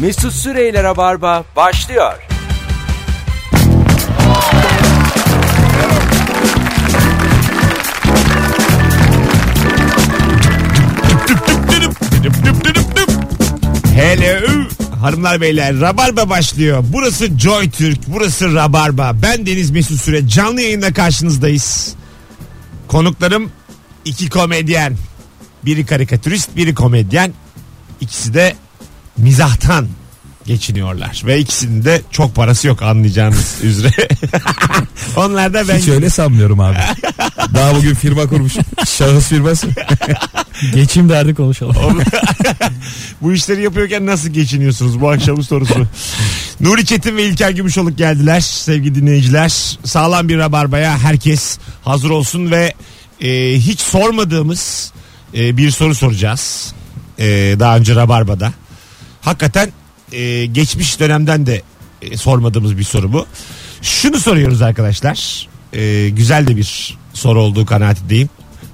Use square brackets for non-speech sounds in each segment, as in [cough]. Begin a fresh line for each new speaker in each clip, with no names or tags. Mesut Süreyler'e barba başlıyor.
Hello hanımlar beyler Rabarba başlıyor. Burası Joy Türk, burası Rabarba. Ben Deniz Mesut Süre canlı yayında karşınızdayız. Konuklarım iki komedyen. Biri karikatürist, biri komedyen. İkisi de mizahtan geçiniyorlar ve ikisinin de çok parası yok anlayacağınız [laughs] üzere. Onlar da ben
Hiç öyle
[laughs]
sanmıyorum abi. Daha bugün firma kurmuş. Şahıs firması. Geçim derdi konuşalım.
Bu işleri yapıyorken nasıl geçiniyorsunuz bu akşamın sorusu. Nuri Çetin ve İlker Gümüşoluk geldiler sevgili dinleyiciler. Sağlam bir rabarbaya herkes hazır olsun ve e, hiç sormadığımız e, bir soru soracağız. E, daha önce rabarbada. Hakikaten e, geçmiş dönemden de e, sormadığımız bir soru bu. Şunu soruyoruz arkadaşlar. E, güzel de bir soru olduğu kanaatindeyim.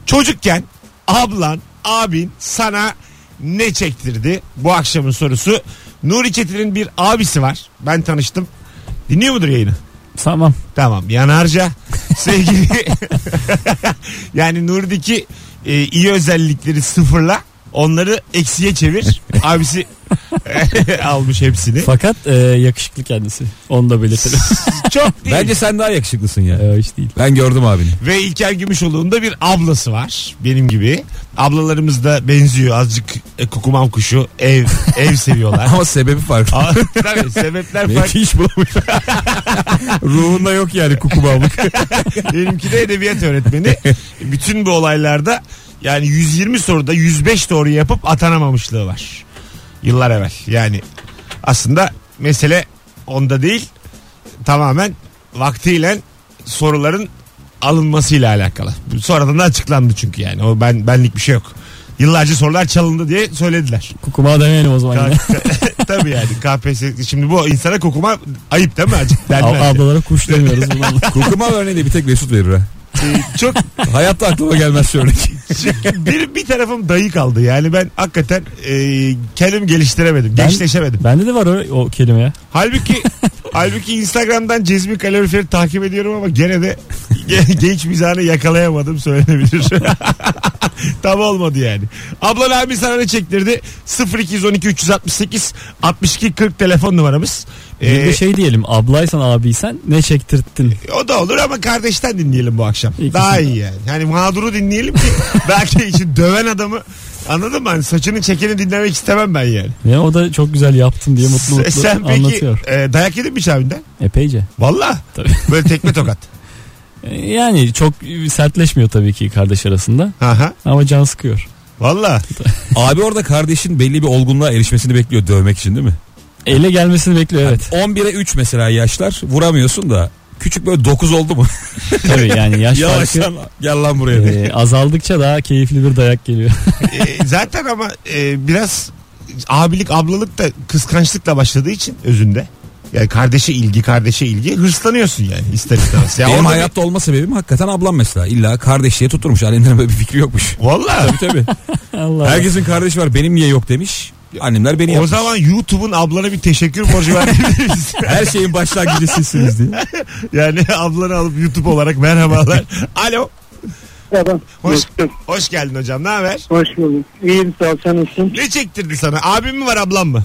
Çocukken ablan, abin sana ne çektirdi? Bu akşamın sorusu. Nuri Çetin'in bir abisi var. Ben tanıştım. Dinliyor mudur yayını?
tamam.
Tamam yanarca sevgili [laughs] yani Nuri'deki e, iyi özellikleri sıfırla onları eksiye çevir. Abisi [laughs] almış hepsini.
Fakat e, yakışıklı kendisi. Onu
[laughs]
da belirtelim.
Çok değil.
Bence sen daha yakışıklısın ya.
e, hiç değil.
Ben gördüm abini.
Ve İlker Gümüşoğlu'nun da bir ablası var benim gibi. Ablalarımız da benziyor azıcık e, kukumam kuşu ev ev
[laughs]
seviyorlar.
Ama
[laughs]
sebebi farklı.
Aa, Tabii sebepler farklı.
Belki iş
[laughs]
bulamış. Ruhunda yok yani
[laughs]
kukubamlık.
Benimki de edebiyat öğretmeni. Bütün bu olaylarda yani 120 soruda 105 doğru yapıp atanamamışlığı var. Yıllar evvel. Yani aslında mesele onda değil. Tamamen vaktiyle soruların alınmasıyla alakalı. Bu Sonradan da açıklandı çünkü yani. O ben benlik bir şey yok. Yıllarca sorular çalındı diye söylediler.
Kukuma demeyelim o zaman. yine.
Tabii yani KPSS şimdi bu insana kokuma ayıp değil mi? Acık denmez.
Ab- ablalara kuş demiyoruz.
[laughs]
Bunu.
Kukuma örneğini bir tek Mesut verir ha.
Ee, Çok
Hayatta aklıma gelmez şu örnek.
Çünkü bir, bir tarafım dayı kaldı. Yani ben hakikaten e, kendim geliştiremedim.
Ben-
gençleşemedim.
Bende de var o, o kelime ya.
Halbuki halbuki Instagram'dan Cezmi Kalorifer'i takip ediyorum ama gene de ge- genç mizahını yakalayamadım söylenebilir. [laughs] Tam olmadı yani. Ablan abi sana ne çektirdi? 0212 368 62 40 telefon numaramız.
Bir
Ee,
de şey diyelim ablaysan abiysen ne çektirttin.
o da olur ama kardeşten dinleyelim bu akşam.
İkisini
Daha
de.
iyi yani. Hani mağduru dinleyelim
[laughs]
ki belki için döven adamı anladın mı? Hani saçını çekeni dinlemek istemem ben yani.
Ya o da çok güzel yaptın diye mutlu mutlu
Sen peki
anlatıyor.
e, dayak yedin mi hiç abinden?
Epeyce.
Valla.
Tabii.
Böyle tekme
[laughs]
tokat.
E, Yani çok sertleşmiyor tabii ki kardeş arasında.
Aha.
Ama can sıkıyor.
Valla.
Abi orada kardeşin belli bir olgunluğa erişmesini bekliyor dövmek için değil mi?
Ele gelmesini bekliyor
[laughs]
evet.
11'e 3 mesela yaşlar vuramıyorsun da küçük böyle 9 oldu [laughs] mu?
tabii yani yaş farkı
Yavaştan gel lan buraya. diye.
e, azaldıkça daha keyifli bir dayak geliyor. [laughs]
E, zaten ama e, biraz abilik ablalık da kıskançlıkla başladığı için özünde. Yani kardeşe ilgi kardeşe ilgi hırslanıyorsun yani ister istemez. Ya
Benim
orada
hayatta olma sebebim hakikaten ablam mesela. İlla kardeş diye tutturmuş. Annemden böyle bir fikri yokmuş.
bir- Valla.
Tabii
[laughs]
tabii.
Allah.
Herkesin kardeşi var benim niye yok demiş. Annemler beni
O
yapmış.
zaman YouTube'un ablana bir teşekkür borcu
[laughs]
verdiğimiz.
Her şeyin başlangıcı sizsiniz diye.
yani [laughs] ablanı alıp YouTube olarak merhabalar. Alo.
Merhaba.
Hoş,
Mesut'um,
hoş geldin hocam. Ne haber?
Hoş bulduk. İyiyim sağ ol. Sen nasılsın?
Ne çektirdi sana? Abim mi var ablam mı?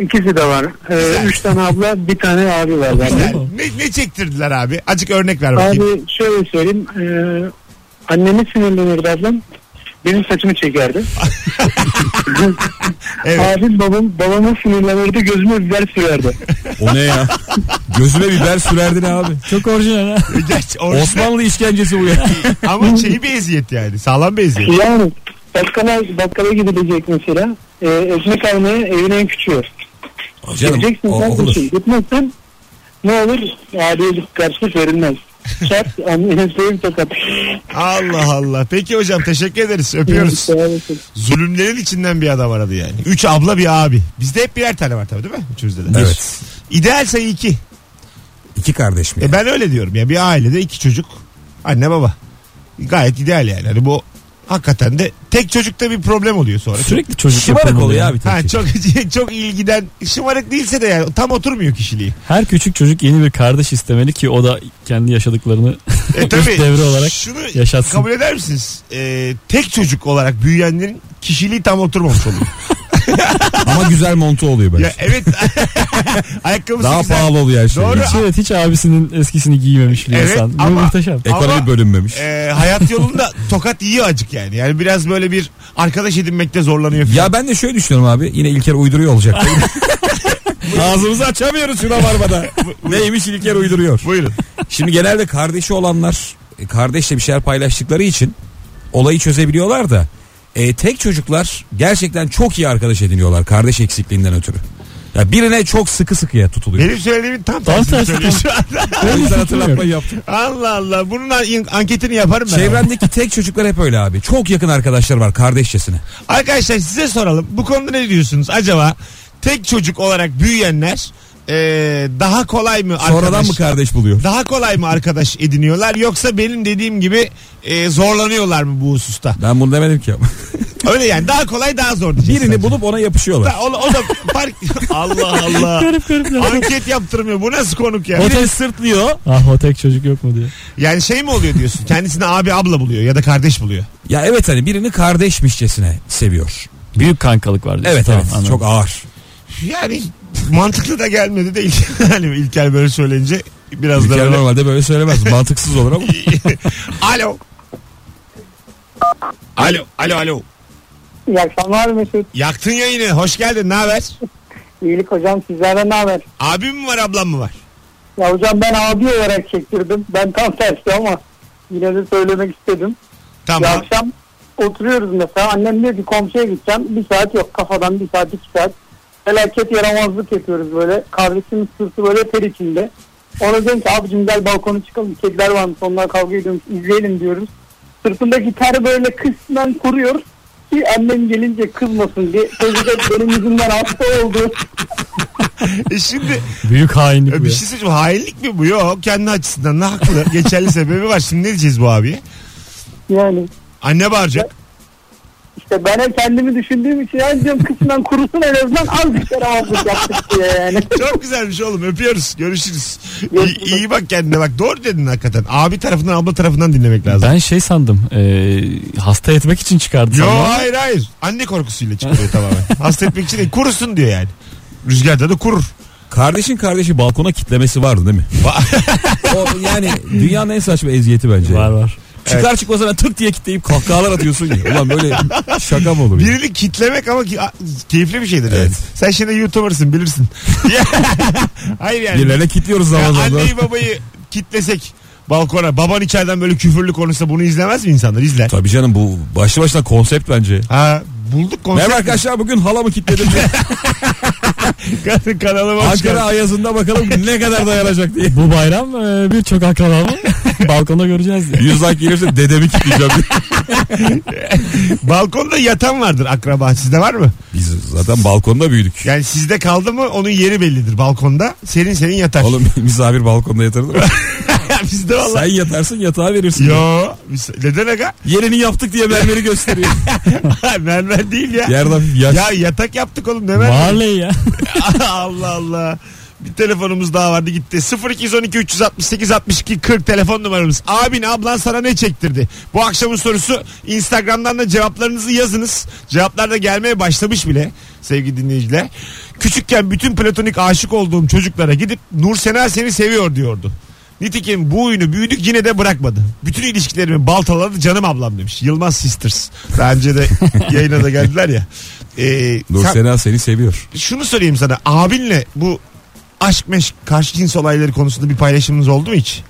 İkisi de var. Ee, üç tane abla, bir tane abi var.
Yani
zaten.
ne, ne çektirdiler abi? Acık örnek ver bakayım.
Abi şöyle söyleyeyim. Ee, annemi sinirlenirdi ablam. Benim saçımı [laughs] çekerdi.
Evet.
Abim babam, babama sinirlenirdi. Gözüme biber sürerdi.
O ne ya? Gözüme biber sürerdin abi.
Çok orijinal ha.
[laughs] Gerçi orijinal
Osmanlı işkencesi bu ya.
ama şeyi bir eziyet yani. Sağlam bir eziyet.
yani bakkala, bakkala gidilecek mesela. Ee, ekmek almaya evin en küçüğü.
Canım
Gideceksin
o,
sen
olur.
düşün. Gitmezsen ne olur? Abiye bir karşılık verilmez.
[laughs]
Şart anneye sevim tokat.
Allah Allah. Peki hocam teşekkür ederiz. Öpüyoruz.
Sağ olasın.
Zulümlerin içinden bir adam aradı yani. Üç abla bir abi. Bizde hep birer tane var tabii değil mi? Üçümüzde de.
Evet.
İdeal sayı iki.
İki kardeş mi?
E ben öyle diyorum ya. Bir ailede iki çocuk. Anne baba. Gayet ideal yani. Hani bu Hakikaten de tek çocukta bir problem oluyor sonra.
[laughs] Sürekli çocuk
Şımarık
yapan
oluyor abi
Ha, çok çok [laughs] ilgiden şımarık değilse de yani tam oturmuyor kişiliği.
Her küçük çocuk yeni bir kardeş istemeli ki o da kendi yaşadıklarını
E
[laughs] üst
tabii
devre olarak
şunu
yaşatsın.
kabul eder misiniz? Ee, tek çocuk olarak büyüyenlerin kişiliği tam oturmamış
[laughs]
oluyor.
Ama güzel montu oluyor
ya
böyle.
evet. [laughs] Ayakkabısı
Daha
güzel.
pahalı oluyor her şey.
Doğru.
hiç evet hiç abisinin eskisini giymemiş bir
Evet,
insan. Bu
ama-
muhteşem.
Ekonomi
Ama-
bölünmemiş.
Ee, hayat yolunda tokat yiyor acık yani. Yani biraz böyle bir arkadaş edinmekte zorlanıyor. falan.
Ya ben de şöyle düşünüyorum abi. Yine İlker uyduruyor
[laughs]
olacak. Ağzımızı açamıyoruz şuna barbada. Neymiş İlker uyduruyor.
Buyurun.
Şimdi genelde kardeşi olanlar e, kardeşle bir şeyler paylaştıkları için olayı çözebiliyorlar da e, tek çocuklar gerçekten çok iyi arkadaş ediniyorlar kardeş eksikliğinden ötürü. Ya birine çok sıkı sıkıya tutuluyor.
Benim söylediğimin tam
Tam
tersini
tersi,
söylüyor şu anda.
O yüzden hatırlatmayı yaptım.
Allah Allah. Bunun an- anketini yaparım ben. ama.
Çevremdeki tek çocuklar hep öyle abi. Çok yakın arkadaşlar var kardeşçesine.
Arkadaşlar size soralım. Bu konuda ne diyorsunuz? Acaba tek çocuk olarak büyüyenler ee, daha kolay mı arkadaş?
Sonradan mı kardeş buluyor?
daha kolay mı arkadaş ediniyorlar yoksa benim dediğim gibi ee, zorlanıyorlar mı bu hususta?
Ben bunu demedim ki ama.
Öyle yani daha kolay daha zor diyeceğiz.
Birini
sadece.
bulup ona yapışıyorlar.
Da- O, o da fark... Allah Allah.
Garip garip ya.
Anket yaptırmıyor. Bu nasıl konuk ya?
tek sırtlıyor. Ah o tek çocuk yok mu diye.
Yani şey mi oluyor diyorsun? Kendisine abi abla buluyor ya da kardeş buluyor.
Ya evet hani birini kardeşmişçesine seviyor.
Büyük kankalık var diyorsun.
Evet
Tamam,
evet
anladım.
çok ağır.
Yani mantıklı da gelmedi değil. [laughs] Yani İlker böyle söyleyince biraz da
İlker
böyle...
normalde böyle söylemez. Mantıksız olur ama.
alo. Alo, alo, alo.
İyi akşamlar Mesut.
Yaktın yayını. Hoş geldin. Ne haber?
İyilik hocam sizlerden ne haber?
Abim mi var, ablam mı var?
Ya hocam ben abi olarak çektirdim. Ben tam tersi ama yine de söylemek istedim. Ya
Tamam.
akşam oturuyoruz mesela. Annem diyor ki komşuya gideceğim. Bir saat yok kafadan bir saat iki saat. Felaket yaramazlık yapıyoruz böyle. Kardeşimin sırtı böyle ter içinde. Ona diyorum ki abicim gel balkona çıkalım. Kediler varmış onlar kavga ediyormuş. izleyelim diyoruz. Sırtındaki ter böyle kısmen kuruyor. Ki annem gelince kızmasın diye. Çocuk benim yüzümden hasta oldu.
E şimdi
Büyük hainlik bu
bir
ya.
şey söyleyeceğim. Hainlik mi bu? Yok. Kendi açısından ne haklı. Geçerli sebebi var. Şimdi ne diyeceğiz bu abiye?
Yani
Anne bağıracak.
İşte ben hep kendimi düşündüğüm için yani diyorum kısmen kurusun en azından azıcık yaramazlık yaptık diye yani.
Çok güzelmiş oğlum. Öpüyoruz. Görüşürüz. İyi,
Görüşürüz.
iyi bak kendine bak. Doğru dedin hakikaten. Abi tarafından abla tarafından dinlemek lazım.
Ben şey sandım. e, hasta etmek için çıkardı
Yo
sandım.
hayır hayır. Anne korkusuyla çıkıyor
[laughs]
tamamen. Hasta etmek için değil. Kurusun diyor yani. Rüzgarda da kurur.
Kardeşin kardeşi balkona kitlemesi
[laughs]
vardı değil mi? o yani dünyanın en saçma eziyeti bence.
Var var.
Çıkar çıkmaz hemen tık diye kitleyip kahkahalar atıyorsun ya. Ulan böyle
[laughs]
şaka mı olur? ya?
Birini kitlemek ama ki- a- keyifli bir şeydir yani.
Evet.
Sen şimdi YouTuber'sın
[laughs]
bilirsin. hayır yani.
Birilerine kitliyoruz
Ya
zaman zaman.
anneyi babayı kitlesek balkona baban içeriden böyle küfürlü konuşsa bunu izlemez mi insanlar? İzler.
Tabii canım bu başlı başına konsept bence.
Ha bulduk
Merhaba
konsept.
arkadaşlar bugün
[laughs]
halamı kitledim.
Kadın [laughs] kanalıma hoş
Ankara
geldin.
ayazında bakalım ne kadar dayanacak diye.
Bu bayram e, birçok akrabamı [laughs] balkonda göreceğiz diye.
Yüz like gelirse dedemi kitleyeceğim. [laughs]
Balkonda yatan vardır akraba sizde var mı?
Biz zaten balkonda büyüdük.
Yani sizde kaldı mı onun yeri bellidir balkonda. Senin senin yatar. [laughs]
Oğlum [laughs] misafir balkonda yatar mı?
Bizde
Sen
valla.
yatarsın yatağa verirsin.
Yo. biz- Neden aga?
Yerini yaptık diye
[laughs]
mermeri gösteriyor.
Mermer değil ya.
Yerden hafif yaş.
Ya yatak yaptık oğlum ne mermer?
Varley ya.
[laughs] Allah Allah. Bir telefonumuz daha vardı gitti. 0212 368 62 40 telefon numaramız. Abin ablan sana ne çektirdi? Bu akşamın sorusu Instagram'dan da cevaplarınızı yazınız. Cevaplar da gelmeye başlamış bile sevgili dinleyiciler. Küçükken bütün platonik aşık olduğum çocuklara gidip Nur Sena seni seviyor diyordu. Nitekim bu oyunu büyüdük yine de bırakmadı. Bütün ilişkilerimi baltaladı canım ablam demiş. Yılmaz Sisters. Daha önce de yayına da geldiler ya. Ee,
Nur
sen-
Sena seni seviyor.
şunu sorayım sana. Abinle bu aşk meşk karşı cins olayları konusunda bir paylaşımınız oldu mu hiç?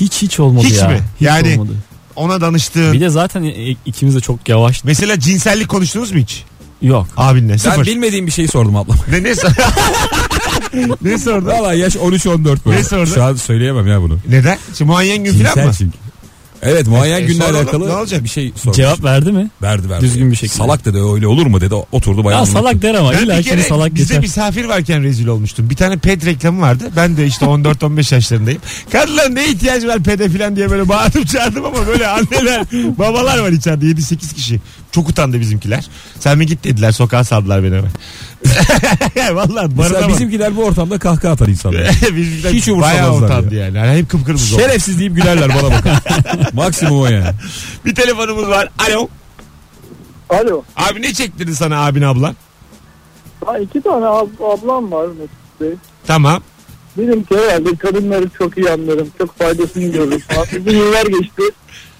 Hiç hiç olmadı
Hiç
ya.
mi? Yani-
olmadı.
Ona danıştığın.
Bir de zaten e, ikimiz de çok yavaş.
Mesela cinsellik konuştunuz mu hiç?
Yok.
Abinle
Ben
sıfır.
bilmediğim bir şey sordum ablam.
Ne, ne, sor- [laughs] ne sordu?
Valla yaş 13-14 böyle.
Ne sordu?
Şu an söyleyemem ya bunu.
Neden? Şimdi muayyen gün falan
Cinsel
mı?
çünkü. Evet muayyen
E,
günlerle
soralım,
alakalı
ne olacak?
bir şey sormuş.
Cevap verdi mi?
verdi verdi.
Düzgün bir şekilde.
Salak dedi öyle olur mu dedi oturdu bayağı.
Ya
anlattı.
salak der ama
Ben
illa
bir
şimdi
kere
salak
bize
geçer.
misafir varken rezil olmuştum. Bir tane ped reklamı vardı. Ben de işte 14-15 yaşlarındayım. Kadınlar ne ihtiyacı var pede filan diye böyle bağırdım çağırdım ama böyle anneler babalar var içeride 7-8 kişi. Çok utandı bizimkiler. Sen mi git dediler sokağa saldılar beni [laughs] hemen. Valla
Mesela
barınamam. Bizim...
bizimkiler bu ortamda kahkaha atar insanlar.
[laughs] Bizimkiler
Hiç
bayağı
umursamazlar
utandı yani. yani. Hep kıpkırmızı oldu.
Şerefsiz deyip gülerler bana bakın. Maksimum o yani.
Bir telefonumuz var. Alo.
Alo.
Abi ne çektirdi sana abin ablan?
Ha, iki tane ab- ablam var Mesut Bey.
Tamam.
Dedim ki herhalde kadınları çok iyi anlarım. Çok faydasını görürüm. falan. Uzun yıllar geçti.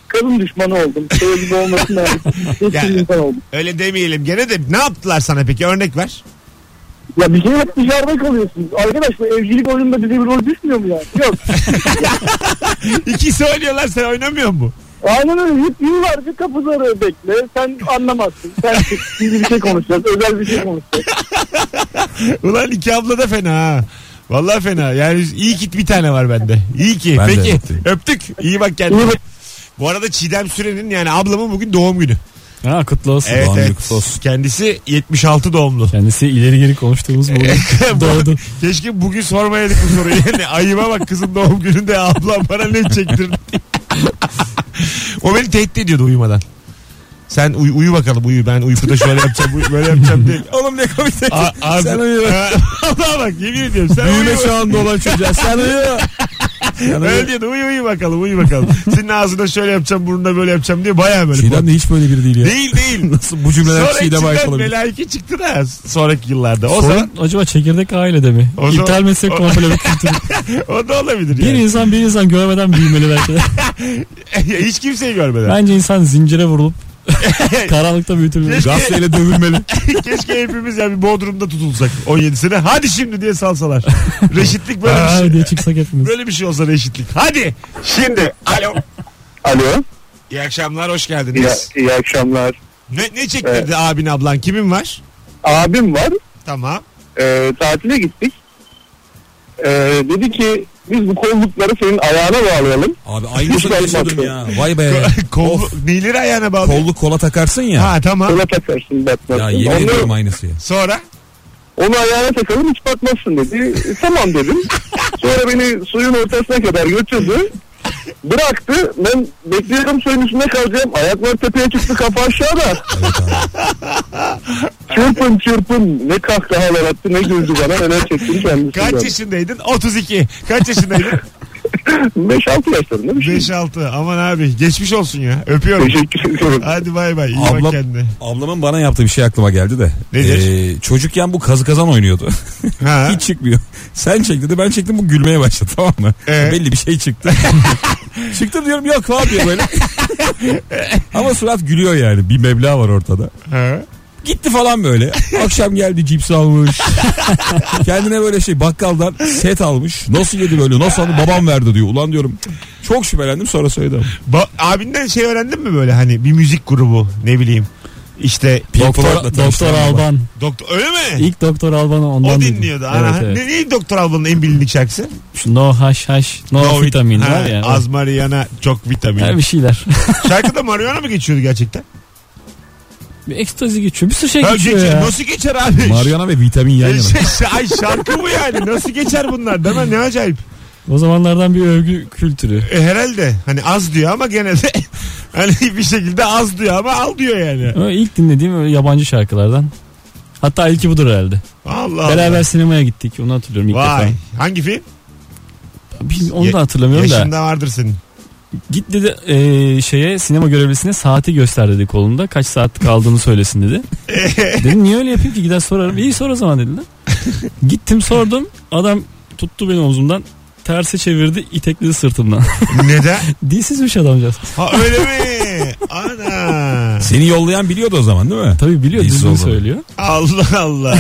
Kadın düşmanı oldum. Şey gibi olmasın da.
Ya-
Hiç insan oldum.
Öyle demeyelim. Gene de ne yaptılar sana peki? Örnek ver.
Ya bir şey hep dışarıda kalıyorsunuz. Arkadaş bu evcilik oyununda bize bir rol düşmüyor mu yani? Yok.
İkisi oynuyorlar sen oynamıyor mu?
Aynen öyle. Hep yıllarca kapı zarı bekle. Sen anlamazsın. Sen çık. Şimdi bir şey konuşacağız. Özel bir şey konuşacağız.
Ulan iki abla da fena ha. Vallahi fena. Yani iyi ki bir tane var bende. İyi ki.
Ben de
Peki
öptüm.
öptük. İyi bak kendine.
İyi bak.
Bu arada Çiğdem Süren'in yani ablamın bugün doğum günü.
[laughs] Ha kutlu olsun.
Evet
doğum günü
evet.
kutlu olsun.
Kendisi 76 doğumlu.
Kendisi ileri geri konuştuğumuz bu.
[laughs]
[laughs] Doğdu.
Keşke bugün sormayaydık bu soruyu. Yani ayıma bak kızın doğum gününde ablam bana ne çektirdi. [laughs] o beni tehdit ediyordu uyumadan. Sen uyu, uyu bakalım uyu ben uykuda şöyle yapacağım bu- böyle yapacağım
[laughs]
diye.
Oğlum ne komik.
A- [laughs] abi-
Sen uyu.
Ha, Allah'a bak yemin ediyorum sen
Büyüme
uyu.
şu an dolan çocuğa. Sen uyu. Sen uyu.
Öyle diyordu uyu uyu bakalım uyu bakalım. Senin ağzına şöyle yapacağım burnuna böyle yapacağım diye baya böyle.
Çiğdem de hiç böyle biri değil ya.
Değil değil.
Nasıl bu cümleler
Sonra
Çiğdem'e ait
içinden
olabilir?
melaike çıktı da sonraki yıllarda. O,
Sorun
zaman,
acaba çekirdek ailede mi?
O zaman-
İptal mi etsek
o-
komple
[laughs]
bir kültür?
o da olabilir
Bir
yani.
insan bir insan görmeden büyümeli belki de.
[laughs] Hiç kimseyi görmeden.
Bence insan
[laughs]
zincire vurulup karanlıkta büyütülmeli.
Keşke-
Gazeteyle dövülmeli.
[laughs] Keşke hepimiz yani bir Bodrum'da tutulsak 17'sine. Hadi şimdi diye salsalar. Reşitlik böyle bir
Aa
şey.
diye çıksak hepimiz.
Böyle bir şey olsa reşitlik. Hadi şimdi. Alo.
Alo.
İyi akşamlar hoş
İyi,
geldiniz.
iyi akşamlar.
Ne, ne çektirdi abin ablan kimin var?
Abim var.
Tamam.
e, tatile gittik. E, dedi ki biz bu kollukları senin ayağına bağlayalım.
Abi aynısını yaşadım ya. Vay be.
[laughs] Kol,
Of.
neyleri ayağına bağlı?
Kolluk kola takarsın ya.
Ha tamam.
Ona takarsın
Ya
batmazsın.
yemin ediyorum
onu,
aynısı ya.
Sonra?
onu ayağına takalım hiç batmazsın dedi. E, tamam
[laughs]
dedim. Sonra beni suyun ortasına kadar götürdü. Bıraktı. Ben bekliyorum suyun üstünde kalacağım. Ayaklar tepeye çıktı kafa aşağıda.
Evet abi.
Çırpın çırpın. Ne kahkahalar attı ne güldü bana. Neler çektim
Kaç
kendisinden.
yaşındaydın? 32. Kaç
[laughs]
yaşındaydın?
5-6 yaşlarında bir şey.
5-6. Aman abi geçmiş olsun ya. Öpüyorum.
Teşekkür ediyorum.
Hadi bay bay. İyi bak
Ablam,
kendine.
ablamın bana yaptığı bir şey aklıma geldi de.
Nedir?
Ee, çocukken bu kazı kazan oynuyordu.
Ha.
Hiç çıkmıyor. [laughs] Sen çek dedi ben çektim bu gülmeye başladı tamam mı?
Ee?
Belli bir
[laughs]
şey çıktı. Çıktım diyorum yok falan diyor böyle. [laughs] Ama surat gülüyor yani bir meblağ var ortada.
Ha.
Gitti falan böyle. Akşam geldi cips almış. [laughs] Kendine böyle şey bakkaldan set almış. Nasıl yedi böyle nasıl aldı babam verdi diyor. Ulan diyorum çok şüphelendim
[laughs]
sonra söyledim.
Ba- abinden şey öğrendin mi böyle hani bir müzik grubu ne bileyim işte
Floyd'la
Doktor,
tanıştım
doktor
ama.
Alban.
doktor öyle mi?
İlk Doktor Alban'ı ondan
o
duydum.
dinliyordu.
Evet,
Ana.
evet.
Ne, neydi Doktor Alban'ın en bilindik şarkısı?
Şu no haş haş no, vitamin
Ha,
var ya.
Az Mariana çok vitamin.
Ha, bir şeyler. [laughs]
Şarkıda Mariana mı geçiyordu gerçekten?
bir ekstazi geçiyor. Bir sürü şey
Ha,
geçiyor
geçer-
ya.
Nasıl geçer abi?
Mariana ve vitamin yan yana.
[laughs] Şey, şey- ay şarkı bu yani. Nasıl geçer bunlar? Değil mi? Ne acayip.
O zamanlardan bir övgü kültürü.
E, herhalde hani az diyor ama gene de [laughs] hani bir şekilde az diyor ama al diyor yani.
Ama ilk dinlediğim öyle yabancı şarkılardan. Hatta ilki budur herhalde.
Allah Allah.
Beraber sinemaya gittik. Onu hatırlıyorum ilk
Vay. Hangi film?
defa. Bir- Onu
Ye-
da hatırlamıyorum da.
Yaşında vardır senin.
Git dedi e, şeye sinema görevlisine saati göster dedi kolunda. Kaç saat kaldığını söylesin dedi. Dedim niye öyle yapayım ki gider sorarım. İyi sor o zaman dediler. Gittim sordum. Adam tuttu beni omzumdan. Terse çevirdi itekledi sırtımdan. [laughs]
Neden?
Dilsizmiş adamcağız.
Ha öyle mi? Ana.
Seni yollayan biliyordu o zaman değil
[laughs]
mi?
Tabii biliyor
Dilsiz
düzgün
olduğunu.
söylüyor.
Allah
[laughs]
Allah.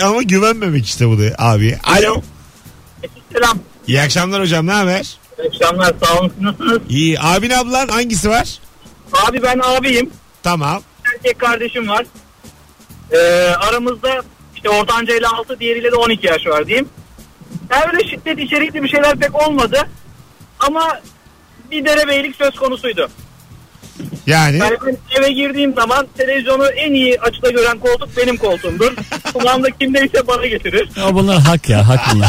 E, Ama güvenmemek işte bu da abi. Alo.
Selam.
İyi akşamlar hocam ne haber?
Akşamlar sağ olun. Nasılsınız?
İyi. Abin ablan hangisi var?
Abi ben abiyim.
Tamam.
erkek kardeşim var. Ee, aramızda işte ortanca ile 6 diğeriyle de 12 yaş var diyeyim. Yani böyle şiddet içerikli bir şeyler pek olmadı. Ama
bir derebeylik söz konusuydu.
Yani
Yani ben eve girdiğim zaman televizyonu en iyi açıda gören koltuk
[laughs]
benim koltuğumdur. Kulağımda kimdeyse bana getirir.
Ya bunlar hak ya hak bunlar.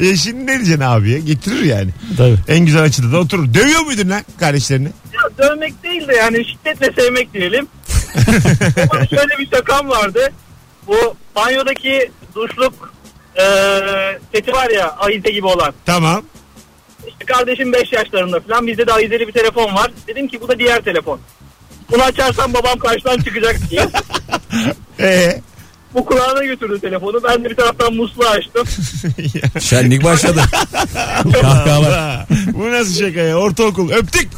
e şimdi ne diyeceksin abiye? Getirir yani.
Tabii.
En güzel açıda da oturur. Dövüyor muydun lan kardeşlerini?
Ya dövmek değil de yani şiddetle
[laughs]
sevmek diyelim. Ama şöyle bir şakam vardı. Bu banyodaki duşluk eee seti var ya ayize gibi olan.
Tamam.
İşte kardeşim 5 yaşlarında falan bizde de ayizeli bir telefon var. Dedim ki bu da diğer telefon. Bunu açarsam babam karşıdan çıkacak
[laughs]
diye.
Ee,
Bu kulağına götürdü telefonu. Ben de bir taraftan musluğu açtım.
Şenlik başladı. Kahkahalar.
Allah. Bu nasıl şaka ya? Ortaokul. Öptük.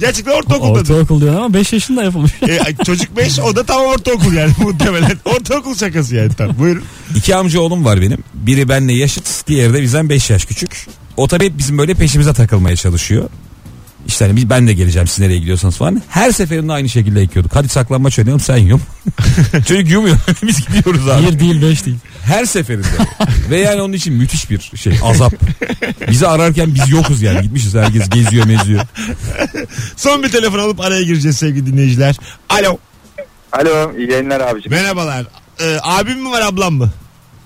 Gerçekten ortaokulda.
Ortaokul diyor ama 5 yaşında yapılmış.
E, çocuk 5 o da tam ortaokul yani [laughs] muhtemelen. Ortaokul şakası yani tam. Buyurun.
İki amca oğlum var benim. Biri benle yaşıt, diğeri de bizden 5 yaş küçük. O tabii hep bizim böyle peşimize takılmaya çalışıyor. İşte hani biz- ben de geleceğim siz nereye gidiyorsanız falan. Her seferinde aynı şekilde ekiyorduk. Hadi saklanmaç oynayalım sen yum. [laughs] Çocuk yumuyor. [laughs] Biz gidiyoruz abi.
1 değil 5 değil.
Her seferinde. Ve yani onun için müthiş bir şey azap. Bizi ararken biz yokuz yani. Gitmişiz herkes geziyor meziyor.
Son bir telefon alıp araya gireceğiz sevgili dinleyiciler. Alo.
Alo iyi yayınlar abicim.
Merhabalar. Ee, abim mi var ablam mı?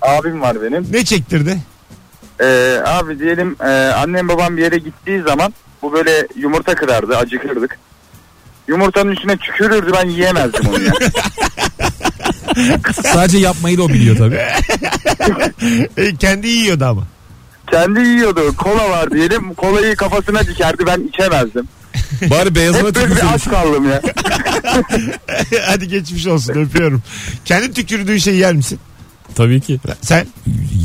Abim var benim.
Ne çektirdi?
Ee, abi diyelim e, annem babam bir yere gittiği zaman bu böyle yumurta kırardı acıkırdık. Yumurtanın üstüne tükürürdü ben
[laughs]
yiyemezdim onu ya.
Sadece yapmayı da o biliyor tabii.
E, kendi yiyordu ama. [laughs]
Kendi yiyordu kola var diyelim kolayı kafasına dikerdi ben içemezdim.
Bari beyazına
Hep böyle bir
tükürsün.
aç kaldım ya.
Hadi geçmiş olsun öpüyorum. Kendi tükürdüğün şeyi yer misin?
Tabii ki.
Sen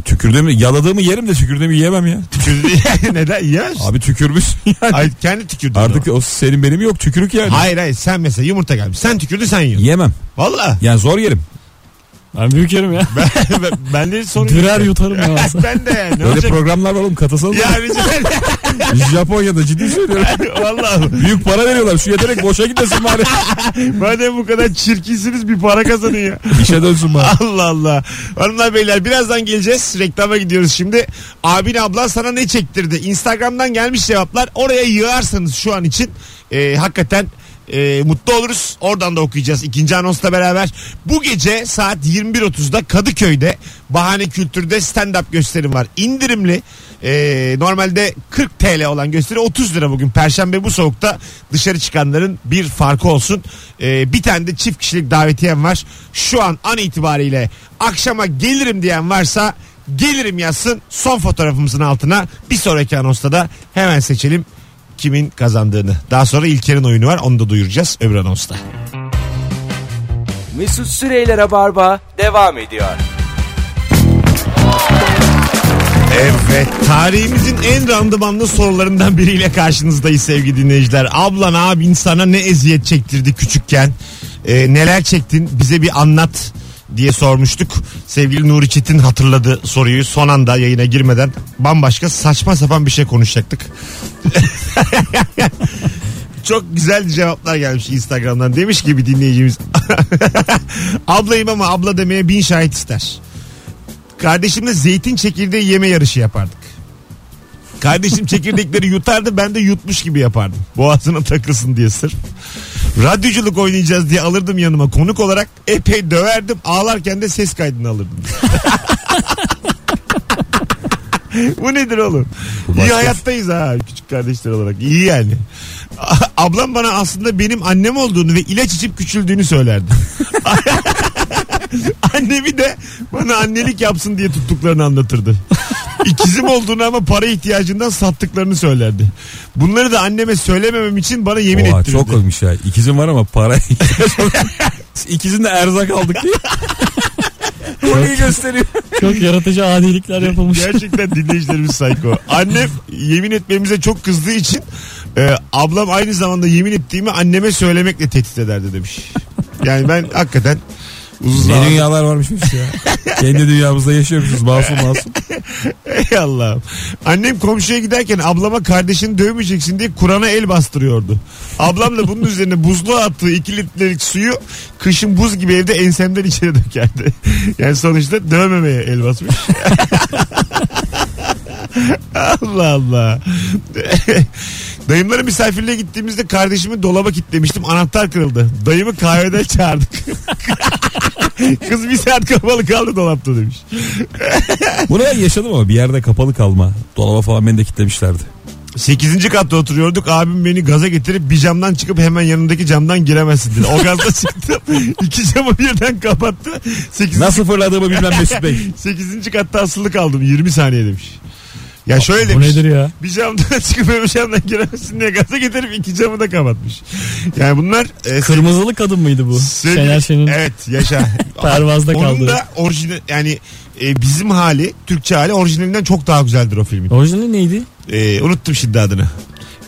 Tükürdüğümü yaladığımı yerim de tükürdüğümü yiyemem ya.
tükürdüğün [laughs] neden yiyemez misin?
Abi tükürmüşsün yani.
Ay, kendi tükürdün.
Artık o senin benim yok tükürük yani.
Hayır hayır sen mesela yumurta gelmiş. Sen tükürdün sen
[laughs]
yiyorsun.
Yemem.
Valla.
Yani zor yerim.
Ben büyük yerim ya.
Ben, ben, [laughs] ben de sorun
Dürer
yok.
yutarım ya.
[laughs] ben de yani. Ne
Öyle
olacak?
programlar var oğlum katasal.
Ya rica
Japonya'da ciddi söylüyorum.
Valla.
Büyük para veriyorlar. Şu yetenek boşa gitmesin bari.
Madem bu kadar çirkinsiniz bir para kazanın ya.
İşe dönsün bari.
Allah Allah. Hanımlar beyler birazdan geleceğiz. Reklama gidiyoruz şimdi. Abin ablan sana ne çektirdi? Instagram'dan gelmiş cevaplar. Oraya yığarsanız şu an için e, hakikaten e, mutlu oluruz. Oradan da okuyacağız ikinci anonsla beraber. Bu gece saat 21.30'da Kadıköy'de Bahane Kültür'de stand-up gösterim var. İndirimli. E, normalde 40 TL olan gösteri 30 lira bugün. Perşembe bu soğukta dışarı çıkanların bir farkı olsun. E, bir tane de çift kişilik davetiyem var. Şu an an itibariyle akşama gelirim diyen varsa gelirim yazsın. Son fotoğrafımızın altına bir sonraki anonsta da hemen seçelim kimin kazandığını. Daha sonra İlker'in oyunu var onu da duyuracağız öbür anonsta.
Mesut Süreyler'e barba devam ediyor.
Evet tarihimizin en randımanlı sorularından biriyle karşınızdayız sevgili dinleyiciler. Ablan abin sana ne eziyet çektirdi küçükken? Ee, neler çektin bize bir anlat diye sormuştuk. Sevgili Nuri Çetin hatırladı soruyu son anda yayına girmeden bambaşka saçma sapan bir şey konuşacaktık. [laughs] Çok güzel cevaplar gelmiş Instagram'dan. Demiş ki bir dinleyicimiz. [laughs] Ablayım ama abla demeye bin şahit ister. Kardeşimle zeytin çekirdeği yeme yarışı yapardık. Kardeşim çekirdekleri yutardı ben de yutmuş gibi yapardım. Boğazına takılsın diye sırf. Radyoculuk oynayacağız diye alırdım yanıma konuk olarak. Epey döverdim ağlarken de ses kaydını alırdım. [laughs] Bu nedir oğlum? İyi hayattayız ha küçük kardeşler olarak. İyi yani. Ablam bana aslında benim annem olduğunu ve ilaç içip küçüldüğünü söylerdi. Annemi de bana annelik yapsın diye tuttuklarını anlatırdı. İkizim olduğunu ama para ihtiyacından sattıklarını söylerdi. Bunları da anneme söylememem için bana yemin
Oha,
ettirirdi.
çok olmuş ya. İkizim var ama para. [laughs] İkizin de erzak aldık diye. Konuyu gösteriyor.
Çok yaratıcı adilikler yapılmış.
Gerçekten dinleyicilerimiz sayko. Annem yemin etmemize çok kızdığı için e, ablam aynı zamanda yemin ettiğimi anneme söylemekle tehdit ederdi demiş. Yani ben hakikaten uzun
Ne
zaman...
dünyalar varmış biz ya. Kendi dünyamızda yaşıyormuşuz masum masum.
Ey Allah'ım. Annem komşuya giderken ablama kardeşini dövmeyeceksin diye Kur'an'a el bastırıyordu. Ablam da bunun üzerine buzluğa attığı 2 litrelik suyu kışın buz gibi evde ensemden içeri dökerdi. Yani sonuçta dövmemeye el basmış. [laughs] Allah Allah. Dayımların misafirliğe gittiğimizde kardeşimi dolaba kilitlemiştim. Anahtar kırıldı. Dayımı kahveden çağırdık. [laughs] Kız bir saat kapalı kaldı dolapta demiş.
Bunu ben yaşadım ama bir yerde kapalı kalma. Dolaba falan beni de kitlemişlerdi.
8. katta oturuyorduk. Abim beni gaza getirip bir camdan çıkıp hemen yanındaki camdan giremezsin dedi. O gazda çıktım. İki camı birden kapattı. 8.
Nasıl fırladığımı bilmem Mesut Bey.
8. katta asılı kaldım 20 saniye demiş. Ya şöyle
Bu
demiş.
nedir ya?
Bir camdan [laughs] çıkıp öbür camdan giremezsin diye gaza getirip iki camı da kapatmış. Yani bunlar e,
Kırmızılı kadın mıydı bu?
sevgili-
Şener Şen'in
Evet yaşa.
pervazda
Onun
kaldığı.
E, da orijinal yani e, bizim hali Türkçe hali orijinalinden çok daha güzeldir o filmin.
Orijinali neydi?
E, unuttum şimdi adını.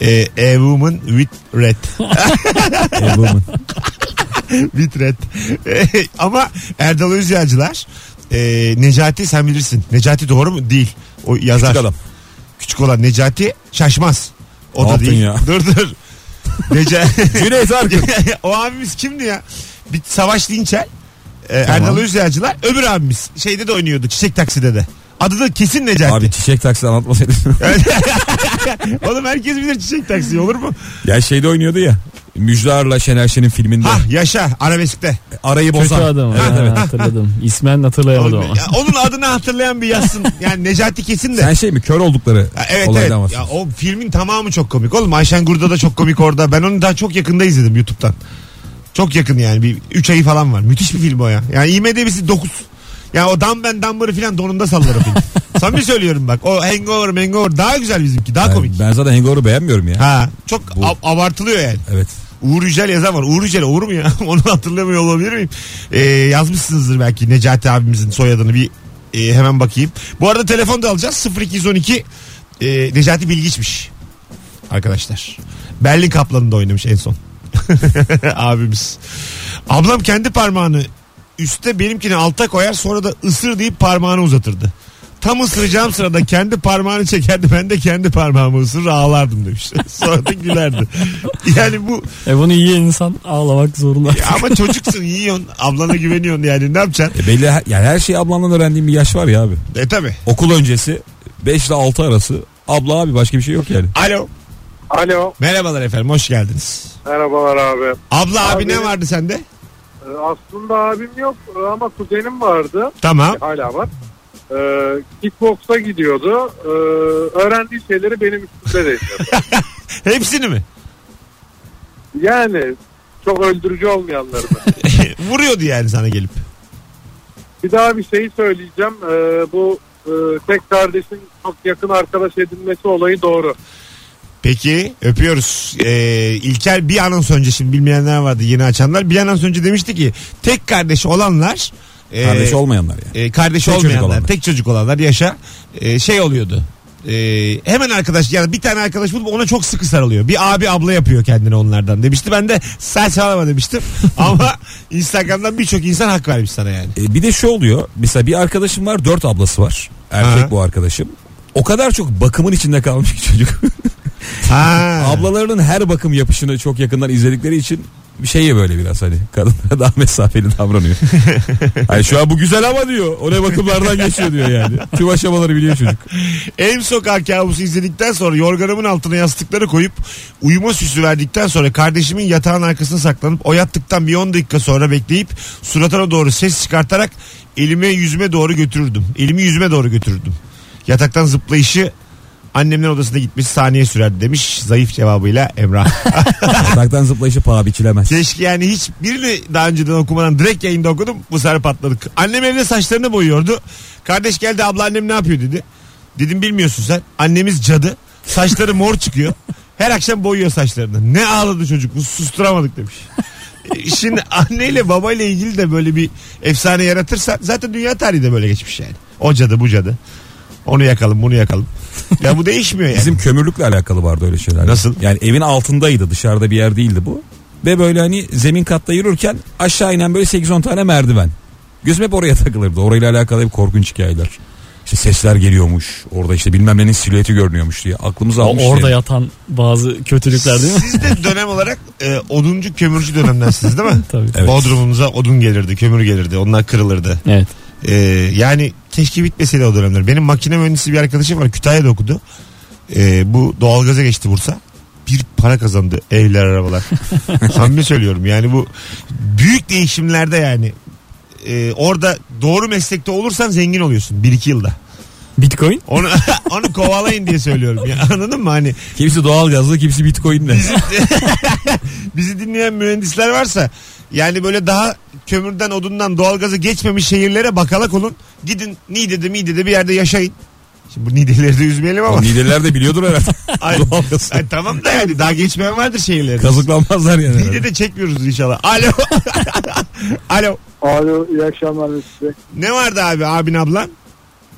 E, A Woman with Red. [laughs]
Ey woman.
Vitret. [laughs] Ama Erdal Özyağcılar e, Necati sen bilirsin. Necati doğru mu? Değil. O yazar.
Küçük adam.
Küçük olan Necati şaşmaz. O
Ne
da
yaptın
değil.
ya?
[laughs] Dur dur. Necati.
[laughs] Cüneyt Arkın.
[laughs] o abimiz kimdi ya? Bir Savaş Dinçel. E, Erdal Özyağcılar. Öbür abimiz. Şeyde de oynuyordu. Çiçek Taksi'de de. Adı da kesin Necati.
Abi çiçek taksi anlatmasaydın.
Oğlum herkes bilir Çiçek Taksi olur mu?
ya şeyde oynuyordu ya. Müjdar'la Şener Şen'in filminde.
Hah yaşa arabeskte.
Arayı
Kötü
bozan.
adam.
Evet,
Ha,
evet.
hatırladım. İsmen hatırlayamadım ama.
Oğlum, ya onun adını hatırlayan bir yazsın. Yani Necati kesin de.
Sen şey mi kör oldukları
Ya Evet
olaydan
evet. Ya
bahsediyorsun.
o filmin tamamı çok komik. Oğlum Ayşen Gurda da çok komik orada. Ben onu daha çok yakında izledim YouTube'dan. Çok yakın yani. Bir 3 ayı falan var. Müthiş bir film o ya. Yani IMDb'si 9. Ya o Dan Ben Dumber'ı falan donunda sallar o
[laughs]
film. Samimi söylüyorum bak. O Hangover Hangover daha güzel bizimki. Daha
Ben-
komik.
Ben zaten Hangover'ı beğenmiyorum ya.
Ha çok
Bu-
ab- abartılıyor yani.
Evet.
Uğur Yücel yazan var. Uğur Yücel Uğur mu ya? [laughs] Onu hatırlamıyor olabilir miyim? Ee, yazmışsınızdır belki Necati abimizin soyadını bir e, hemen bakayım. Bu arada telefon da alacağız. 0212 e, Necati Bilgiç'miş. Arkadaşlar. Berlin Kaplanı'nda oynamış en son. [laughs] Abimiz. Ablam kendi parmağını üste benimkini alta koyar sonra da ısır deyip parmağını uzatırdı. Tam ısıracağım sırada kendi parmağını çekerdi ben de kendi parmağımı ısırır ağlardım demiş. [laughs] Sonra da gülerdi. Yani bu
E bunu iyi insan ağlamak zorunda.
ya ama çocuksun yiyorsun ablana güveniyorsun yani ne yapacaksın?
E belli her, yani her şeyi ablandan öğrendiğim bir yaş var ya abi.
E tabi.
Okul öncesi 5 ile 6 arası abla abi başka bir şey yok yani.
Alo.
[laughs] Alo.
Merhabalar efendim hoş geldiniz.
Merhabalar abi.
Abla abi,
Abi-
ne vardı sende?
Aslında abim yok ama kuzenim vardı.
Tamam.
hala var. Ee, kickboksa gidiyordu. Ee, öğrendiği şeyleri benim üstümde de
[laughs]
yapıyordu.
Hepsini mi? [laughs]
Yani çok öldürücü olmayanları da.
Vuruyordu yani sana gelip.
Bir daha bir şeyi söyleyeceğim. Ee, bu e, tek kardeşin çok yakın arkadaş edinmesi olayı doğru.
Peki öpüyoruz. Ee, İlker bir anons önce şimdi bilmeyenler vardı yeni açanlar. Bir anons önce demişti ki tek kardeş olanlar e,
Kardeş olmayanlar yani.
e, kardeşi
Tek çocuk
olmayanlar
olanlar.
tek çocuk olanlar yaşa e, şey oluyordu. E, hemen arkadaş yani bir tane arkadaş bulup ona çok sıkı sarılıyor. Bir abi abla yapıyor kendini onlardan demişti. Ben de saçmalama demiştim. [laughs] Ama Instagram'dan birçok insan hak vermiş sana yani.
E, bir de şu oluyor. Mesela bir arkadaşım var dört ablası var. Erkek
Aha.
bu arkadaşım. O kadar çok bakımın içinde kalmış ki çocuk.
Ha.
[laughs] Ablalarının her bakım yapışını çok yakından izledikleri için bir şey böyle biraz hani kadınlara daha mesafeli davranıyor. Hani şu an bu güzel ama diyor. O ne bakımlardan geçiyor diyor yani. Tüm aşamaları biliyor çocuk.
Ev sokağı kabusu izledikten sonra yorganımın altına yastıkları koyup uyuma süsü verdikten sonra kardeşimin yatağın arkasına saklanıp o yattıktan bir 10 dakika sonra bekleyip suratına doğru ses çıkartarak elime yüzüme doğru götürürdüm. Elimi yüzüme doğru götürürdüm. Yataktan zıplayışı annemler odasına gitmiş saniye sürerdi demiş zayıf cevabıyla Emrah.
Yataktan zıplayışı paha biçilemez.
Keşke yani hiç birini daha önceden okumadan direkt yayında okudum. Bu sefer patladık. Annem evde saçlarını boyuyordu. Kardeş geldi abla annem ne yapıyor dedi. Dedim bilmiyorsun sen. Annemiz cadı. Saçları mor çıkıyor. Her akşam boyuyor saçlarını. Ne ağladı çocuk. bu Susturamadık demiş. E, Şimdi anneyle babayla ilgili de böyle bir efsane yaratırsa zaten dünya tarihi de böyle geçmiş yani. O cadı bu cadı. Onu yakalım bunu yakalım. Ya bu değişmiyor yani.
Bizim kömürlükle alakalı vardı öyle şeyler.
Nasıl?
Yani evin altındaydı dışarıda bir yer değildi bu. Ve böyle hani zemin katta yürürken aşağı inen böyle 8-10 tane merdiven. Gözüm hep oraya takılırdı. Orayla alakalı hep korkunç hikayeler. İşte sesler geliyormuş. Orada işte bilmem nenin silüeti görünüyormuş diye. Aklımıza almış.
Orada
yani.
yatan bazı kötülükler değil mi?
Siz de dönem olarak e, oduncu kömürcü dönemdensiniz değil mi?
Tabii.
Evet.
Bodrumunuza odun gelirdi, kömür gelirdi. Onlar kırılırdı.
Evet.
Ee, yani keşke bitmeseydi o dönemler. Benim makine mühendisi bir arkadaşım var. Kütahya'da okudu. Ee, bu doğalgaza geçti Bursa. bir para kazandı evler arabalar. Samimi söylüyorum yani bu büyük değişimlerde yani e, orada doğru meslekte olursan zengin oluyorsun 1-2 yılda.
Bitcoin.
Onu [laughs] onu kovalayın diye söylüyorum ya. Anladın mı? Hani
Kimisi doğalgazlı kimisi bitcoinle.
bizi dinleyen mühendisler varsa yani böyle daha kömürden odundan doğalgaza geçmemiş şehirlere bakalak olun. Gidin Niğde'de Miğde'de bir yerde yaşayın. Şimdi bu Niğde'leri de üzmeyelim ama.
Liderler de biliyordur
Ay,
herhalde. Doğalgaz.
ay tamam da yani daha geçmeyen vardır şehirlere.
Kazıklanmazlar yani. herhalde.
Niğde'de çekmiyoruz inşallah. Alo. [laughs] Alo.
Alo iyi akşamlar size.
Ne vardı abi abin ablan?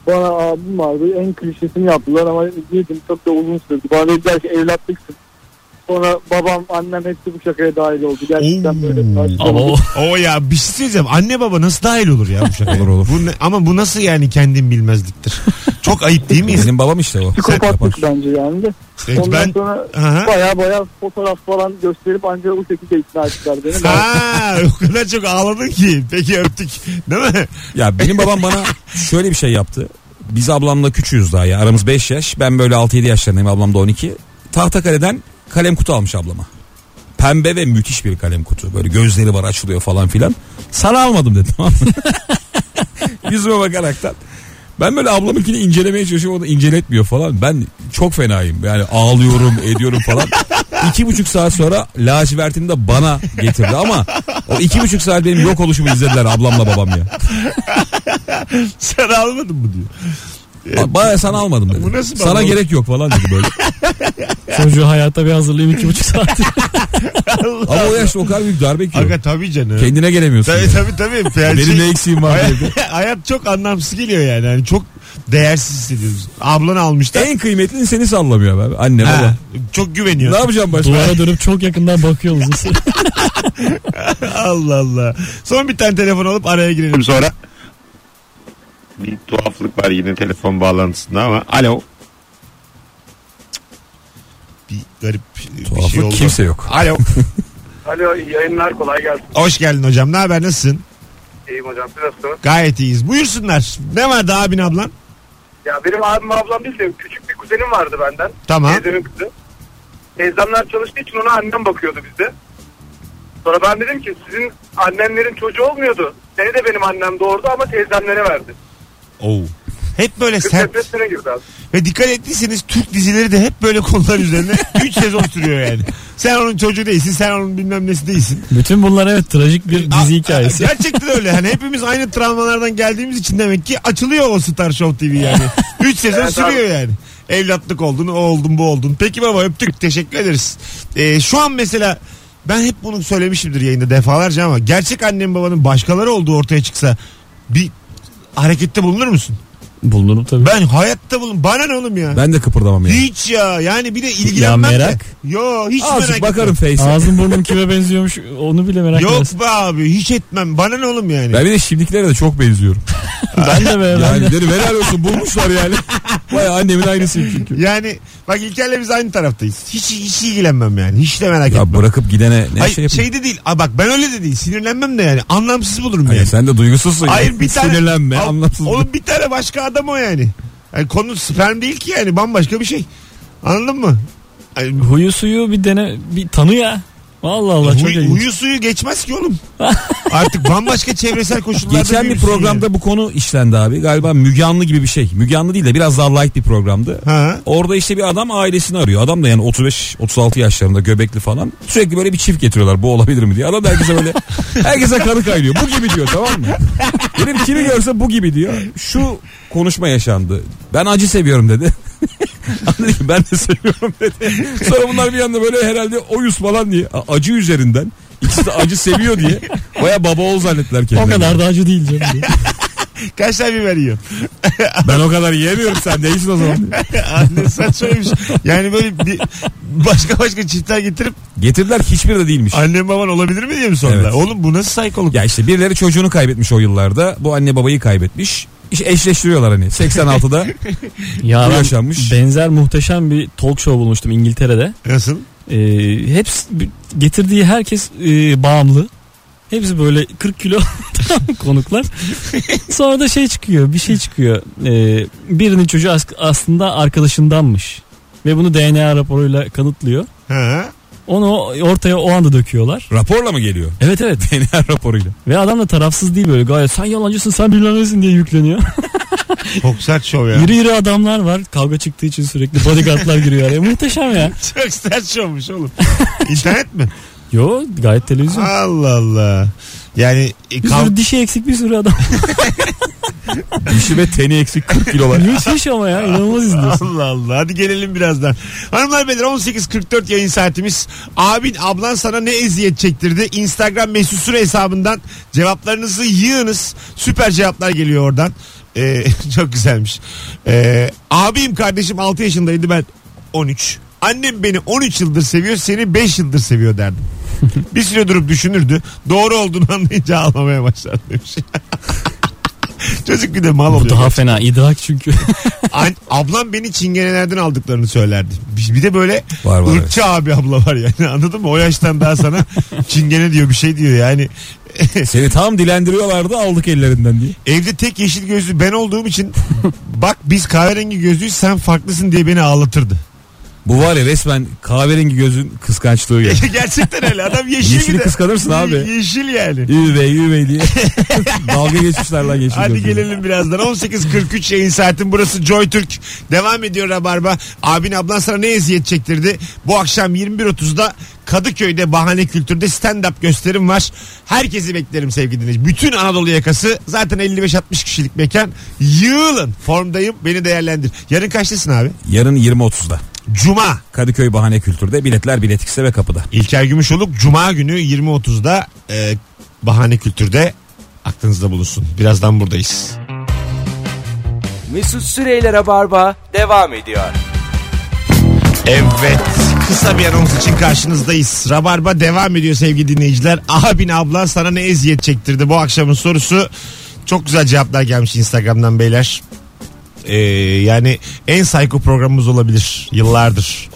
Bana abim vardı en klişesini yaptılar ama yedim çok da uzun sürdü. Bana dediler ki evlatlıksın. Sonra babam annem hepsi bu şakaya dahil oldu. Gerçekten
Oo.
böyle.
[laughs]
Ama o
O ya bir şey söyleyeceğim. Anne baba nasıl dahil olur ya bu şakaya?
Olur, olur.
Bu ne- ama bu nasıl yani kendin bilmezliktir? Çok ayıp değil mi?
Benim babam işte o.
Psikopatlık bence yani de.
Evet,
Ondan
ben...
sonra
Aha.
baya baya fotoğraf falan gösterip ancak o şekilde ikna ettiler beni. Ben-
Ha, o kadar çok ağladın ki. Peki öptük. Değil mi?
Ya benim babam bana şöyle bir şey yaptı. Biz ablamla küçüğüz daha ya. Aramız 5 yaş. Ben böyle 6-7 yaşlarındayım. Ablam da 12. Tahtakale'den kalem kutu almış ablama. Pembe ve müthiş bir kalem kutu. Böyle gözleri var açılıyor falan filan. Sana almadım dedi tamam mı? [laughs] Yüzüme bakaraktan. Ben böyle ablamınkini incelemeye çalışıyorum. O da inceletmiyor falan. Ben çok fenayım. Yani ağlıyorum ediyorum falan. iki buçuk saat sonra lacivertini de bana getirdi ama o iki buçuk saat benim yok oluşumu izlediler ablamla babam ya.
Sen almadın mı diyor.
Ba- Baya E, sana almadım dedi.
Bu nasıl
sana
baba?
gerek yok falan dedi
[laughs]
böyle.
çocuğu hayata bir hazırlayayım iki buçuk saat.
Allah
Ama o
Allah.
yaşta o kadar büyük darbe ki.
Aga tabii canım.
Kendine gelemiyorsun.
Tabii
yani.
tabii tabii. Yani
Benim
şey-
ne eksiğim var
Hayat, [laughs]
diye.
hayat çok anlamsız geliyor yani. yani. Çok değersiz hissediyoruz. Ablanı almışlar.
En kıymetlini seni sallamıyor abi. Anne
Ha,
baba.
çok
Ne
güveniyorsun.
yapacağım başka?
Duvara dönüp çok yakından bakıyor
[laughs]
uzun süre.
Allah Allah. Son bir tane telefon alıp araya girelim.
sonra bir tuhaflık var yine telefon bağlantısında ama alo.
Bir garip bir
Tuhaflık
şey oldu.
kimse yok.
Alo.
[laughs] Alo iyi yayınlar kolay gelsin.
Hoş geldin hocam. Ne haber? Nasılsın?
İyiyim hocam siz nasılsınız?
Gayet iyiyiz. Buyursunlar. Ne vardı abin ablan?
Ya benim abim ablam değil de küçük bir kuzenim vardı benden.
Tamam.
Teyzemin kızı. Teyzemler çalıştığı için ona annem bakıyordu bizde. Sonra ben dedim ki sizin annemlerin çocuğu olmuyordu. Seni de benim annem doğurdu ama teyzemlere verdi.
Oo. Hep böyle
Kız
sert
depresyona girdi aslında.
ve dikkat ettiyseniz Türk dizileri de hep böyle konular
[laughs]
üzerine 3 sezon sürüyor yani. Sen onun çocuğu değilsin, sen onun bilmem nesi değilsin.
Bütün bunlar evet trajik bir dizi
A-
hikayesi.
a- Gerçekten öyle. Hani hepimiz aynı travmalardan geldiğimiz için demek ki açılıyor o Star Show TV yani. 3 sezon
Evet abi.
sürüyor yani. Evlatlık oldun, o oldun, bu oldun. Peki baba öptük. Teşekkür ederiz. Ee, şu an mesela ben hep bunu söylemişimdir yayında defalarca ama gerçek annem babanın başkaları olduğu ortaya çıksa bir harekette bulunur musun?
Bulunurum tabii.
Ben hayatta bulun. Bana ne oğlum ya?
Ben de kıpırdamam ya.
Hiç ya. Yani bir de ilgilenmem
Ya
de.
merak.
Yo hiç merak
Azıcık
bakarım.
bakarım Face'e.
Ağzım burnum kime benziyormuş onu bile merak
Yok
edersin.
be abi hiç etmem. Bana ne oğlum yani?
Ben bir de şimdikilere de çok benziyorum.
Ben de be. ben de.
Yani dedim helal olsun
[laughs]
bulmuşlar yani. Baya annemin aynısıyım çünkü.
Yani bak İlker'le biz aynı taraftayız. Hiç, hiç ilgilenmem yani. Hiç de merak etmem.
Ya bırakıp gidene ne
Hayır,
şey yapayım?
şeyde değil. Aa, bak ben öyle de değil. Sinirlenmem de yani. Anlamsız bulurum
Hayır,
yani.
Hani sen de duygusuzsun. ya.
Hayır bir tane.
Sinirlenme
Al-
anlamsız.
Oğlum bir tane başka adam o yani. yani konu sperm değil ki yani. Bambaşka bir şey. Anladın mı? Ay,
Huyu suyu bir dene bir tanı ya. Allah Allah çok
huy-
ilginç.
huyu suyu geçmez ki oğlum. Artık bambaşka çevresel koşullarda şey
Geçen bir
büyürsün
programda
yani.
bu konu işlendi abi. Galiba Müge Anlı gibi bir şey. Müge Anlı değil de biraz daha light bir programdı.
Ha.
Orada işte bir adam ailesini arıyor. Adam da yani 35-36 yaşlarında göbekli falan. Sürekli böyle bir çift getiriyorlar bu olabilir mi diye. Adam da herkese böyle herkese kanı kaynıyor. Bu gibi diyor tamam mı? Benim kimi görse bu gibi diyor. Şu konuşma yaşandı. Ben acı seviyorum dedi. [laughs] Adam dedi ki, ben de seviyorum dedi. Sonra bunlar bir anda böyle herhalde oyus falan diye a- acı üzerinden ikisi de acı seviyor diye baya baba oğul zannettiler
O
kendilerini.
kadar da acı değil canım.
Kaç tane biber
[laughs]
yiyor?
Ben o kadar yiyemiyorum sen değilsin o zaman. diyor.
Anne saçmaymış. Yani böyle bir başka başka çiftler getirip
[laughs] Getirdiler hiçbiri de değilmiş.
Annem baban olabilir mi diye mi sordular?
Evet.
Oğlum bu nasıl saykoluk?
Ya işte birileri çocuğunu kaybetmiş o yıllarda. Bu anne babayı kaybetmiş. İşte eşleştiriyorlar hani. [laughs] 86'da
[laughs] Ya
Bu
ben
yaşanmış.
benzer muhteşem bir talk show bulmuştum İngiltere'de.
Nasıl?
Ee, hepsi getirdiği herkes e, bağımlı. Hepsi böyle 40 kilo [laughs] konuklar. Sonra da şey çıkıyor, bir şey çıkıyor. Ee, birinin çocuğu as- aslında arkadaşındanmış ve bunu DNA raporuyla kanıtlıyor.
Hı.
Onu o- ortaya o anda döküyorlar.
Raporla mı geliyor? [laughs]
Evet evet.
DNA raporuyla.
Ve adam da tarafsız değil böyle gayet sen yalancısın sen bilmem nesin" diye yükleniyor.
Çok sert şov ya.
iri iri adamlar var kavga çıktığı için sürekli bodyguardlar giriyor araya. Muhteşem ya.
Çok sert şovmuş oğlum. İnternet mi?
Yo gayet televizyon.
Allah Allah. Yani e,
Bir
kav-
sürü dişi eksik bir sürü adam.
Dişi ve teni eksik 40 [laughs] kilolar.
[laughs] Müthiş ama ya
[laughs]
inanılmaz izliyorsun.
Allah Allah. Hadi gelelim birazdan. Hanımlar beyler 18.44 yayın saatimiz. Abin ablan sana ne eziyet çektirdi? Instagram mesut süre hesabından cevaplarınızı yığınız. Süper cevaplar geliyor oradan. Ee, [laughs] çok güzelmiş. Ee, abim kardeşim 6 yaşındaydı ben 13. Annem beni 13 yıldır seviyor seni 5 yıldır seviyor derdim. [laughs] Bir süre durup düşünürdü. Doğru olduğunu anlayınca ağlamaya başladı demiş. [laughs] Çocuk bir de mal oluyor.
Bu daha fena idrak
[laughs]
çünkü.
An- ablam beni çingenelerden aldıklarını söylerdi. Bir, bir de böyle
Var, var,
ırkçı abi abla var yani anladın mı? O yaştan daha sana
[laughs]
çingene diyor bir şey diyor yani.
Seni tam dilendiriyorlardı aldık ellerinden diye.
Evde tek yeşil gözlü ben olduğum için bak biz kahverengi gözlüyüz sen farklısın diye beni ağlatırdı. [laughs]
Bu var ya resmen kahverengi gözün kıskançlığı [laughs] ya.
Gerçekten öyle adam yeşil
Yeşili
bir de.
kıskanırsın abi.
[laughs] Yeşil yani.
Üvey üvey [laughs] diye. Dalga geçmişler lan yeşil
Hadi
gözüyle.
gelelim birazdan. 18.43 yayın saatin burası Joy Türk. Devam ediyor Rabarba. Abin ablan sana ne eziyet çektirdi? Bu akşam 21.30'da Kadıköy'de Bahane Kültür'de stand-up gösterim var. Herkesi beklerim sevgili dinleyiciler. Bütün Anadolu yakası zaten 55-60 kişilik mekan. Yığılın. Formdayım. Beni değerlendir. Yarın kaçtasın abi?
Yarın 20.30'da.
Cuma.
Kadıköy Bahane Kültür'de biletler bilet X'te ve kapıda.
İlker Gümüşoluk Cuma günü 20.30'da e, Bahane Kültür'de aklınızda bulunsun. Birazdan buradayız.
Mesut Süreyler'e barba devam ediyor.
Evet. Kısa bir anons için karşınızdayız. Rabarba devam ediyor sevgili dinleyiciler. Abin ablan sana ne eziyet çektirdi bu akşamın sorusu. Çok güzel cevaplar gelmiş Instagram'dan beyler. Ee, yani en sayko programımız olabilir yıllardır.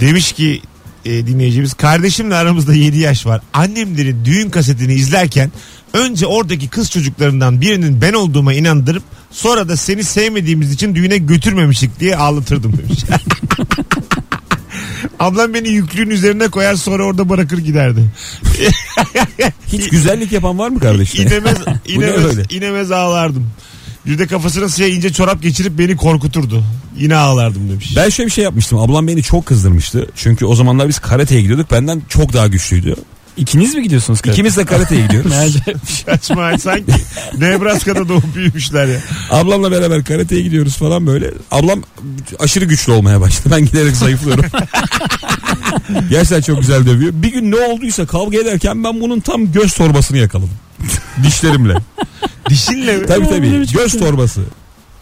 Demiş ki e, dinleyicimiz kardeşimle aramızda 7 yaş var. Annemlerin düğün kasetini izlerken önce oradaki kız çocuklarından birinin ben olduğuma inandırıp sonra da seni sevmediğimiz için düğüne götürmemiştik diye ağlatırdım demiş. Ablam beni yüklüğün üzerine koyar sonra orada bırakır
[laughs]
giderdi.
Hiç güzellik yapan var mı kardeşim?
İnemez, inemez,
öyle?
inemez ağlardım. Bir de kafasına şey ince çorap geçirip beni korkuturdu. Yine ağlardım demiş.
Ben şöyle bir şey yapmıştım. Ablam beni çok kızdırmıştı. Çünkü o zamanlar biz karateye gidiyorduk. Benden çok daha güçlüydü.
İkiniz mi gidiyorsunuz? kardeşim?
İkimiz de karateye gidiyoruz.
[laughs] Ne acayip.
Saçma sanki Nebraska'da doğup büyümüşler ya.
Ablamla beraber karateye gidiyoruz falan böyle. Ablam aşırı güçlü olmaya başladı. Ben giderek zayıflıyorum. Gerçekten çok güzel dövüyor. Bir gün ne olduysa kavga ederken ben bunun tam göz torbasını yakaladım. Dişlerimle.
Dişinle mi?
Tabii tabii. Göz torbası.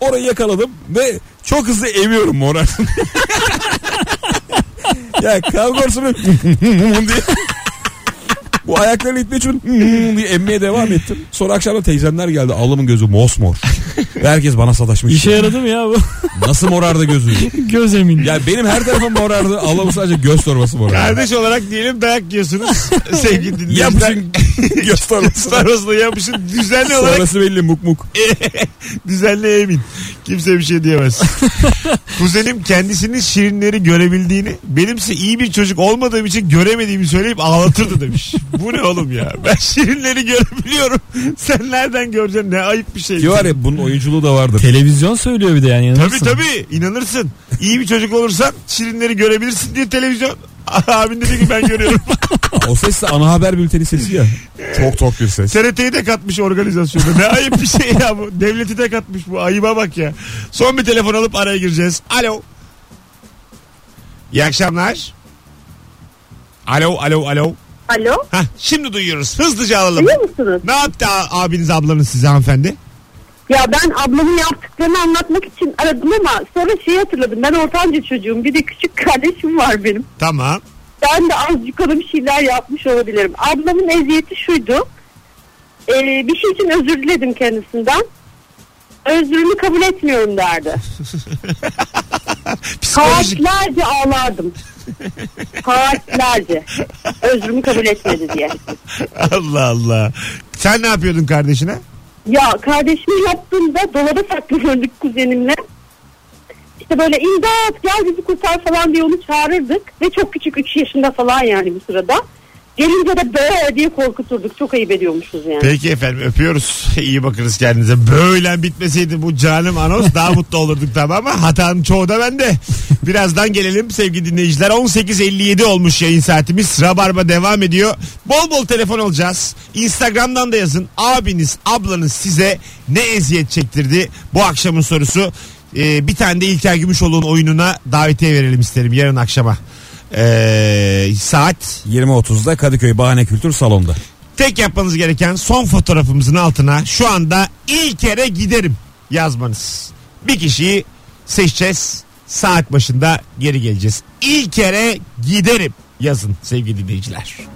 Orayı yakaladım ve çok hızlı emiyorum moral. [laughs] ya kavga olsun [laughs] diye. Bu ayaklarını itmek için [laughs] diye emmeye devam ettim. Sonra akşam da teyzemler geldi. Alımın gözü mosmor. Ve herkes bana sataşmış.
İşe yaradı mı ya
[laughs]
bu?
Nasıl morardı gözü?
Göz emin.
Ya benim her tarafım morardı. Allah'ım sadece göz torbası morardı.
Kardeş olarak diyelim dayak
[laughs]
yiyorsunuz sevgili dinleyiciler.
Yapışın [laughs] göz torbası.
[laughs] Saros'la yapışın düzenli olarak
Sonrası belli muk muk.
düzenli emin. Kimse bir şey diyemez. Kuzenim kendisinin şirinleri görebildiğini, benimse iyi bir çocuk olmadığım için göremediğimi söyleyip ağlatırdı demiş. Bu ne oğlum ya? Ben şirinleri görebiliyorum. [laughs] Sen nereden göreceksin? Ne ayıp bir şey.
Ki var ya bunun oyunculuğu da vardır.
Televizyon söylüyor bir de yani.
Tabii
yanılırsın.
tabii inanırsın. İyi bir çocuk olursan şirinleri görebilirsin diye televizyon. [laughs] Abin dedi ki ben görüyorum.
O ses de ana haber bülteni sesi ya. Çok tok bir ses.
TRT'yi de katmış organizasyona. Ne ayıp bir şey ya bu. Devleti de katmış bu. Ayıba bak ya. Son bir telefon alıp araya gireceğiz. Alo. İyi akşamlar. Alo, alo, alo.
Alo.
Hah, şimdi duyuyoruz. Hızlıca alalım.
Duyuyor musunuz?
Ne yaptı a- abiniz ablanız size hanımefendi?
Ya ben ablamın yaptıklarını anlatmak için aradım ama sonra şeyi hatırladım. Ben ortanca çocuğum. Bir de küçük kardeşim var benim.
Tamam.
Ben de azıcık ona bir şeyler yapmış olabilirim. Ablamın eziyeti şuydu. Ee, bir şey için özür diledim kendisinden. Özrümü kabul etmiyorum derdi.
Psikolojik.
Saatlerce ağlardım. Saatlerce. Özrümü kabul etmedi diye.
[laughs] Allah Allah. Sen ne yapıyordun kardeşine?
Ya kardeşimi yaptığımda dolaba saklanıyorduk kuzenimle. İşte böyle imdat gel bizi kurtar falan diye onu çağırırdık. Ve çok küçük 3 yaşında falan yani bu sırada. Gelince de böyle diye korkuturduk. Çok ayıp ediyormuşuz yani.
Peki efendim öpüyoruz. [laughs] İyi bakınız kendinize. Böyle bitmeseydi bu canım anons daha mutlu olurduk tamam mı? Hatanın çoğu da bende. Birazdan gelelim sevgili dinleyiciler. 18.57 olmuş yayın saatimiz. Rabarba devam ediyor. Bol bol telefon alacağız. Instagram'dan da yazın. Abiniz, ablanız size ne eziyet çektirdi? Bu akşamın sorusu. Ee, bir tane de İlker Gümüşoğlu'nun oyununa davetiye verelim isterim yarın akşama. Ee, saat
20.30'da Kadıköy Bahane Kültür Salonu'nda.
Tek yapmanız gereken son fotoğrafımızın altına şu anda ilk kere giderim yazmanız. Bir kişiyi seçeceğiz. Saat başında geri geleceğiz. İlk kere giderim yazın sevgili dinleyiciler.